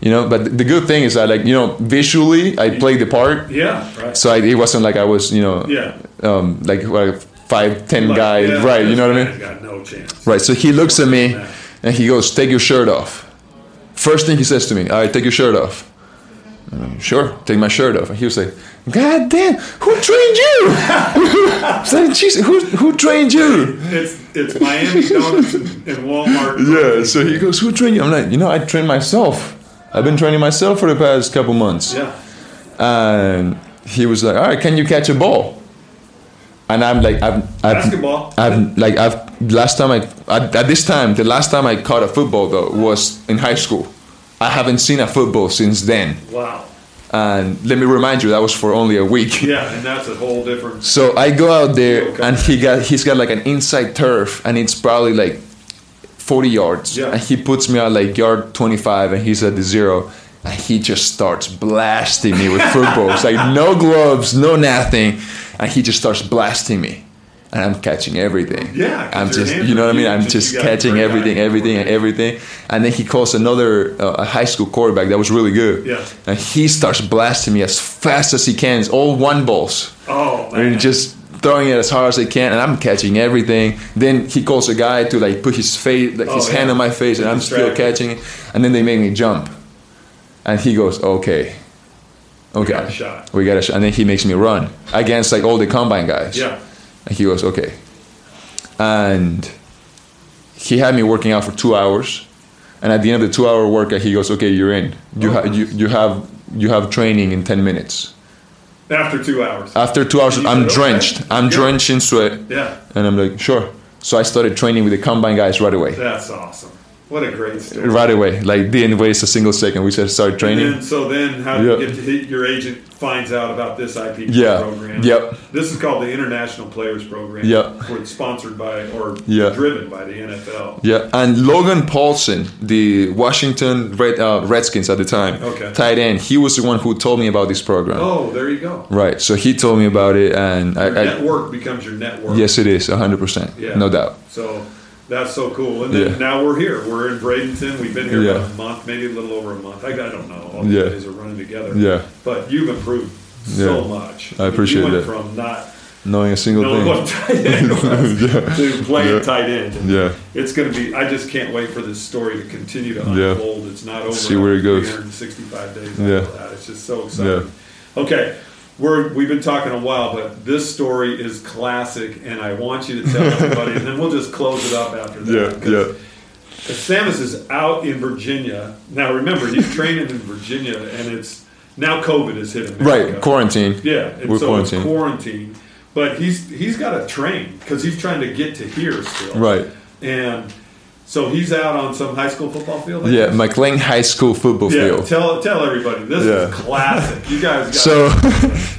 A: You know. But the good thing is that, like, you know, visually, I played the part,
B: Yeah. Right.
A: so I, it wasn't like I was, you know,
B: Yeah.
A: um, like, like five, ten
B: Like,
A: guy,
B: yeah,
A: right? You
B: this
A: know what I mean?
B: guy's Got no chance.
A: Right. So he looks at me and he goes, "Take your shirt off." First thing he says to me, "All right, take your shirt off." And I'm, sure, take my shirt off. And he was like, "God damn, who trained you?" I was like, "Jesus, who who trained you?"
B: It's it's Miami Donuts and, and Walmart.
A: Yeah. So he goes, "Who trained you?" I'm like, "You know, I trained myself. I've been training myself for the past couple months."
B: Yeah.
A: And he was like, "All right, can you catch a ball?" And I'm like, "I've, I've
B: Basketball.
A: I've like I've last time I at, at this time the last time I caught a football though was in high school. I haven't seen a football since then,
B: Wow.
A: and let me remind you that was for only a week.
B: Yeah, and that's a whole different.
A: So I go out there
B: Okay.
A: and he got he's got like an inside turf and it's probably like forty yards.
B: Yeah.
A: And he puts me at like yard twenty five and he's at the zero and he just starts blasting me with footballs. like no gloves, no nothing. And he just starts blasting me. And I'm catching everything.
B: Yeah, 'cause
A: I'm
B: your
A: just
B: hands
A: you know
B: are
A: what I mean?
B: huge,
A: I'm
B: just
A: just
B: you gotta
A: catching
B: bring that
A: everything,
B: in.
A: everything, and everything. And then he calls another uh, a high school quarterback that was really good.
B: Yeah.
A: And he starts blasting me as fast as he can, all one balls
B: Oh man.
A: and just throwing it as hard as they can, and I'm catching everything. Then he calls a guy to like put his face, like, his
B: Oh, yeah.
A: hand on my face, and I'm still
B: Distract.
A: catching it. And then they make me jump, and he goes, "Okay, okay,
B: got a shot."
A: we got a shot." And then he makes me run against like all the combine guys.
B: yeah.
A: and he goes, "Okay," and he had me working out for two hours, and at the end of the two-hour workout, he goes, "Okay, you're in.
B: Oh,
A: You ha- you you have you have training in ten minutes."
B: After two hours.
A: After two hours,
B: You
A: I'm
B: said, "Okay,
A: drenched. I'm
B: yeah."
A: drenched in sweat.
B: yeah.
A: And I'm like, sure. So I started training with the combine guys right away.
B: That's awesome. What a great story.
A: Right away. Like, didn't waste a single second. We just started
B: And
A: training.
B: then, so then, how do
A: Yeah.
B: you get to hit your agent finds out about this IP
A: Yeah.
B: program?
A: Yep.
B: This is called the International Players Program.
A: Yep.
B: Where it's sponsored by or
A: Yeah.
B: driven by the NFL.
A: Yeah. And Logan Paulson, the Washington Red, uh, Redskins at the time,
B: Okay.
A: tight end, he was the one who told me about this program.
B: Oh, there you go.
A: Right. So he told me about it. And
B: Your
A: I, I
B: network becomes your network.
A: yes, it is 100%.
B: Yeah.
A: No doubt.
B: So that's so cool. And then
A: Yeah.
B: now we're here. We're in Bradenton. We've been here
A: Yeah.
B: about a month, maybe a little over a month. I, I don't know. All
A: Yeah.
B: these days are running together.
A: Yeah.
B: But you've improved so
A: Yeah.
B: much.
A: I appreciate
B: you
A: that.
B: went From not
A: Knowing a single
B: knowing what
A: thing.
B: tight end was
A: Yeah.
B: to playing
A: Yeah.
B: tight end.
A: Yeah.
B: It's going to be. I just can't wait for this story to continue to
A: Yeah.
B: unfold. It's not over.
A: See where it goes.
B: 365 days.
A: Yeah.
B: After that. It's just so exciting. Okay. we're, we've been talking a while, but this story is classic, and I want you to tell everybody, and then we'll just close it up after
A: Yeah,
B: that. 'cause
A: yeah.
B: Samus is out in Virginia. Now, remember, he's training in Virginia, and it's now COVID has hit him.
A: Right, quarantine.
B: Yeah, and
A: We're
B: so
A: quarantined.
B: it's quarantine. But he's he's got to train because he's trying to get to here still.
A: Right.
B: And so he's out on some high school football field. I
A: Yeah,
B: guess?
A: McLean High School football
B: yeah.
A: field.
B: Tell tell everybody this
A: Yeah.
B: is classic. You guys got
A: So,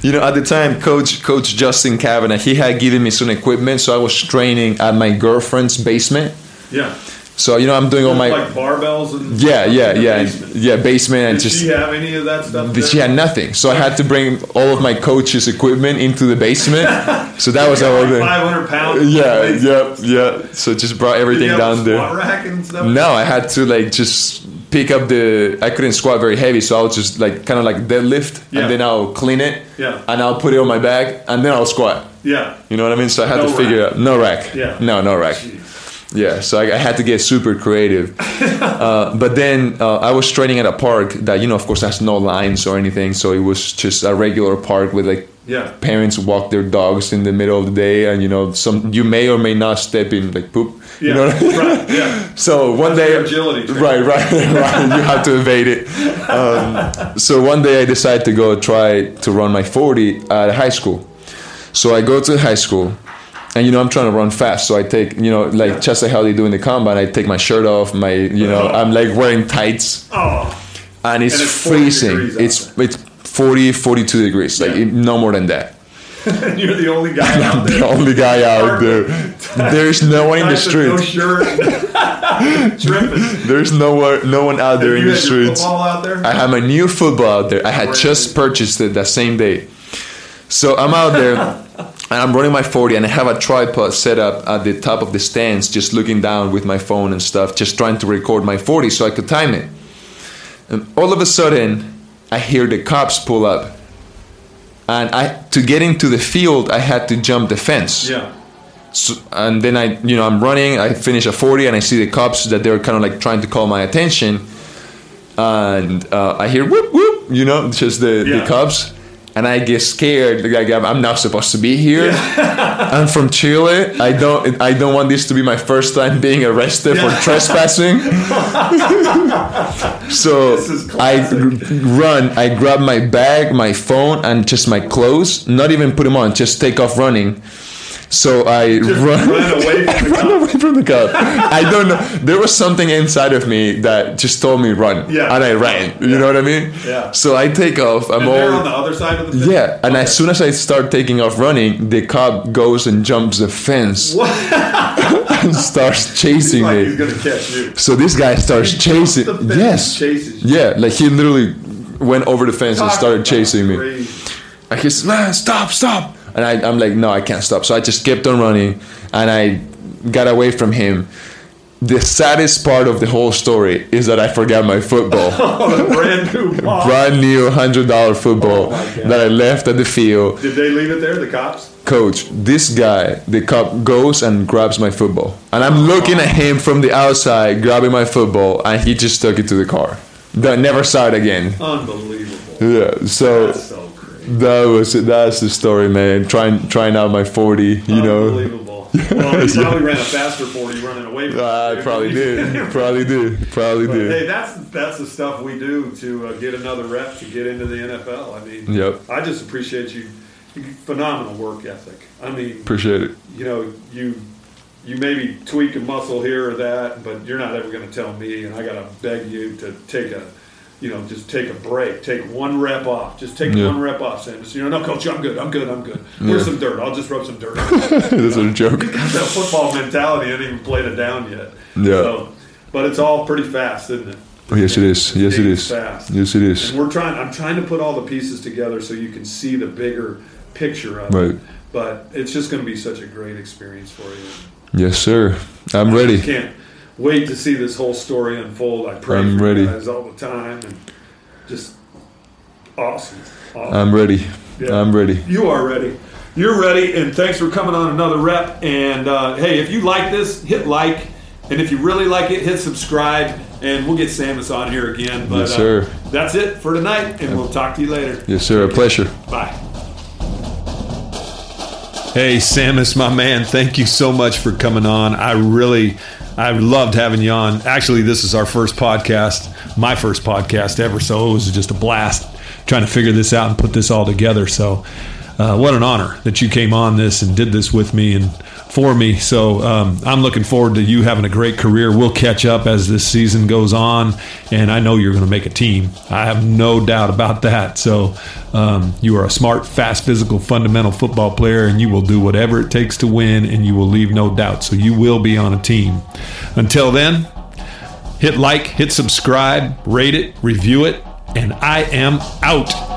A: you know, at the time, coach coach Justin Kavanaugh, he had given me some equipment, so I was training at my girlfriend's basement.
B: yeah.
A: So, you know, I'm doing all my
B: like barbells and
A: yeah,
B: stuff
A: yeah,
B: in the
A: yeah,
B: basement.
A: yeah, basement and
B: Did
A: just
B: she have any of that stuff?
A: She
B: there?
A: had nothing, so I had to bring all of my coach's equipment into the basement. So that was our
B: like
A: thing.
B: five hundred pounds.
A: Yeah,
B: Did
A: yeah, yeah. So just brought
B: you
A: everything
B: have a
A: down
B: squat
A: there.
B: rack and stuff?
A: No, I had to like just pick up the. I couldn't squat very heavy, so I'll just like kind of like deadlift,
B: Yeah.
A: and then I'll clean it,
B: Yeah.
A: and I'll put it on my back, and then I'll squat.
B: Yeah.
A: You know what I mean? So I had
B: No
A: to figure out no rack.
B: Yeah.
A: No, no rack.
B: Jeez.
A: Yeah, so I, I had to get super creative. uh, but then uh, I was training at a park that, you know, of course, has no lines or anything. So it was just a regular park with like
B: Yeah.
A: parents walk their dogs in the middle of the day, and you know, some you may or may not step in like poop.
B: Yeah.
A: You know what I mean?
B: right. Yeah.
A: So one
B: That's
A: day,
B: your agility training.
A: right, right, right. You have to evade it. Um, so one day, I decided to go try to run my 40 at high school. So I go to high school, and you know I'm trying to run fast. So I take, you know, like just like how they do in the combine, I take my shirt off, my, you know, I'm like wearing tights,
B: Oh.
A: and it's,
B: And it's 40
A: freezing.
B: degrees out
A: It's it's 40, 42 degrees, like
B: Yeah.
A: it- no more than that.
B: And you're the only guy out there.
A: The only guy out there. There's no one in the
B: Guys with No
A: streets.
B: shirt. Tripping.
A: There's no one, no one out there in
B: You
A: the
B: had your
A: streets.
B: football out there.
A: I have my new football out there. I had just purchased it that same day. So I'm out there and I'm running my 40 and I have a tripod set up at the top of the stands, just looking down with my phone and stuff, just trying to record my 40 so I could time it. And all of a sudden, I hear the cops pull up. And I to get into the field, I had to jump the fence.
B: yeah.
A: So, and then I, you know, I'm running. I finish a 40, and I see the cops that they're kind of like trying to call my attention. And uh, I hear whoop whoop, you know, just the,
B: Yeah.
A: the cops, and I get scared. Like I'm, I'm not supposed to be here. I'm from Chile. I don't I don't want this to be my first time being arrested
B: Yeah.
A: for trespassing. so
B: This is
A: I
B: classic.
A: r- run. I grab my bag, my phone, and just my clothes. Not even put them on. Just take off running. So I run,
B: run away from the
A: run
B: cop.
A: away from the cop. I don't know. There was something inside of me that just told me run,
B: Yeah.
A: and I ran. You know what I mean?
B: Yeah.
A: So I take off. I'm
B: And they're on the
A: all
B: other side of the fence.
A: yeah, and as soon as I start taking off running, the cop goes and jumps the fence and starts chasing
B: Like he's
A: me.
B: gonna catch you.
A: So this guy starts chasing.
B: The fence
A: Yes.
B: Chases you.
A: Yeah, like he literally went over the fence and started chasing me.
B: Crazy.
A: I just man, stop, stop. And I, I'm like, no, I can't stop. So I just kept on running, and I got away from him. The saddest part of the whole story is that I forgot my football,
B: Oh, the brand new ball.
A: brand new hundred dollar football
B: Oh my God.
A: that I left at the field.
B: Did they leave it there? The cops?
A: Coach, this guy, the cop goes and grabs my football, and I'm looking at him from the outside grabbing my football, and he just took it to the car. That never saw it again.
B: Unbelievable.
A: Yeah, so
B: That's so crazy.
A: That was that's the story, man. Trying trying out my forty, you know.
B: Unbelievable. Well, you probably ran a faster 40 running away from
A: Ah, I
B: you.
A: probably did, probably did, probably
B: But, hey,
A: did.
B: that's that's the stuff we do to uh, get another rep to get into the NFL. I mean,
A: Yep.
B: I just appreciate you. Phenomenal work ethic. I mean,
A: Appreciate it.
B: you know, you you maybe tweak a muscle here or that, but you're not ever going to tell me, and I got to beg you to take a, you know, just take a break, take one rep off, just take
A: Yeah.
B: one rep off, Sam. You know, no, coach, I'm good, I'm good, I'm good. Where's some dirt? I'll just rub some dirt. on it."
A: That's a joke.
B: that football mentality hadn't even played it down yet.
A: Yeah.
B: So, but it's all pretty fast, isn't it?
A: Oh, Yes, it is. Yes, it
B: It's
A: is.
B: Fast.
A: Yes, it is.
B: And we're trying. I'm trying to put all the pieces together so you can see the bigger picture of
A: Right.
B: it. But it's just going to be such a great experience for you.
A: Yes, sir. I'm ready.
B: Can't wait to see this whole story unfold. I pray
A: I'm
B: for
A: ready.
B: you guys all the time, and just awesome. awesome.
A: I'm ready.
B: Yeah.
A: I'm ready.
B: You are ready. You're ready, and thanks for coming on another rep. And uh, hey, if you like this, hit like, and if you really like it, hit subscribe, and we'll get Samus on here again. But
A: Yes, sir.
B: Uh, that's it for tonight, and we'll talk to you later.
A: Yes, sir. A pleasure.
B: Bye. Hey, Samus, my man, thank you so much for coming on. I really, I loved having you on. Actually, this is our first podcast, my first podcast ever. So it was just a blast trying to figure this out and put this all together. So, uh, what an honor that you came on this and did this with me and for me. So, um, I'm looking forward to you having a great career. We'll catch up as this season goes on, and I know you're going to make a team. I have no doubt about that. So, um, you are a smart, fast, physical, fundamental football player, and you will do whatever it takes to win, and you will leave no doubt. So, you will be on a team. Until then, hit like, hit subscribe, rate it, review it, and I am out.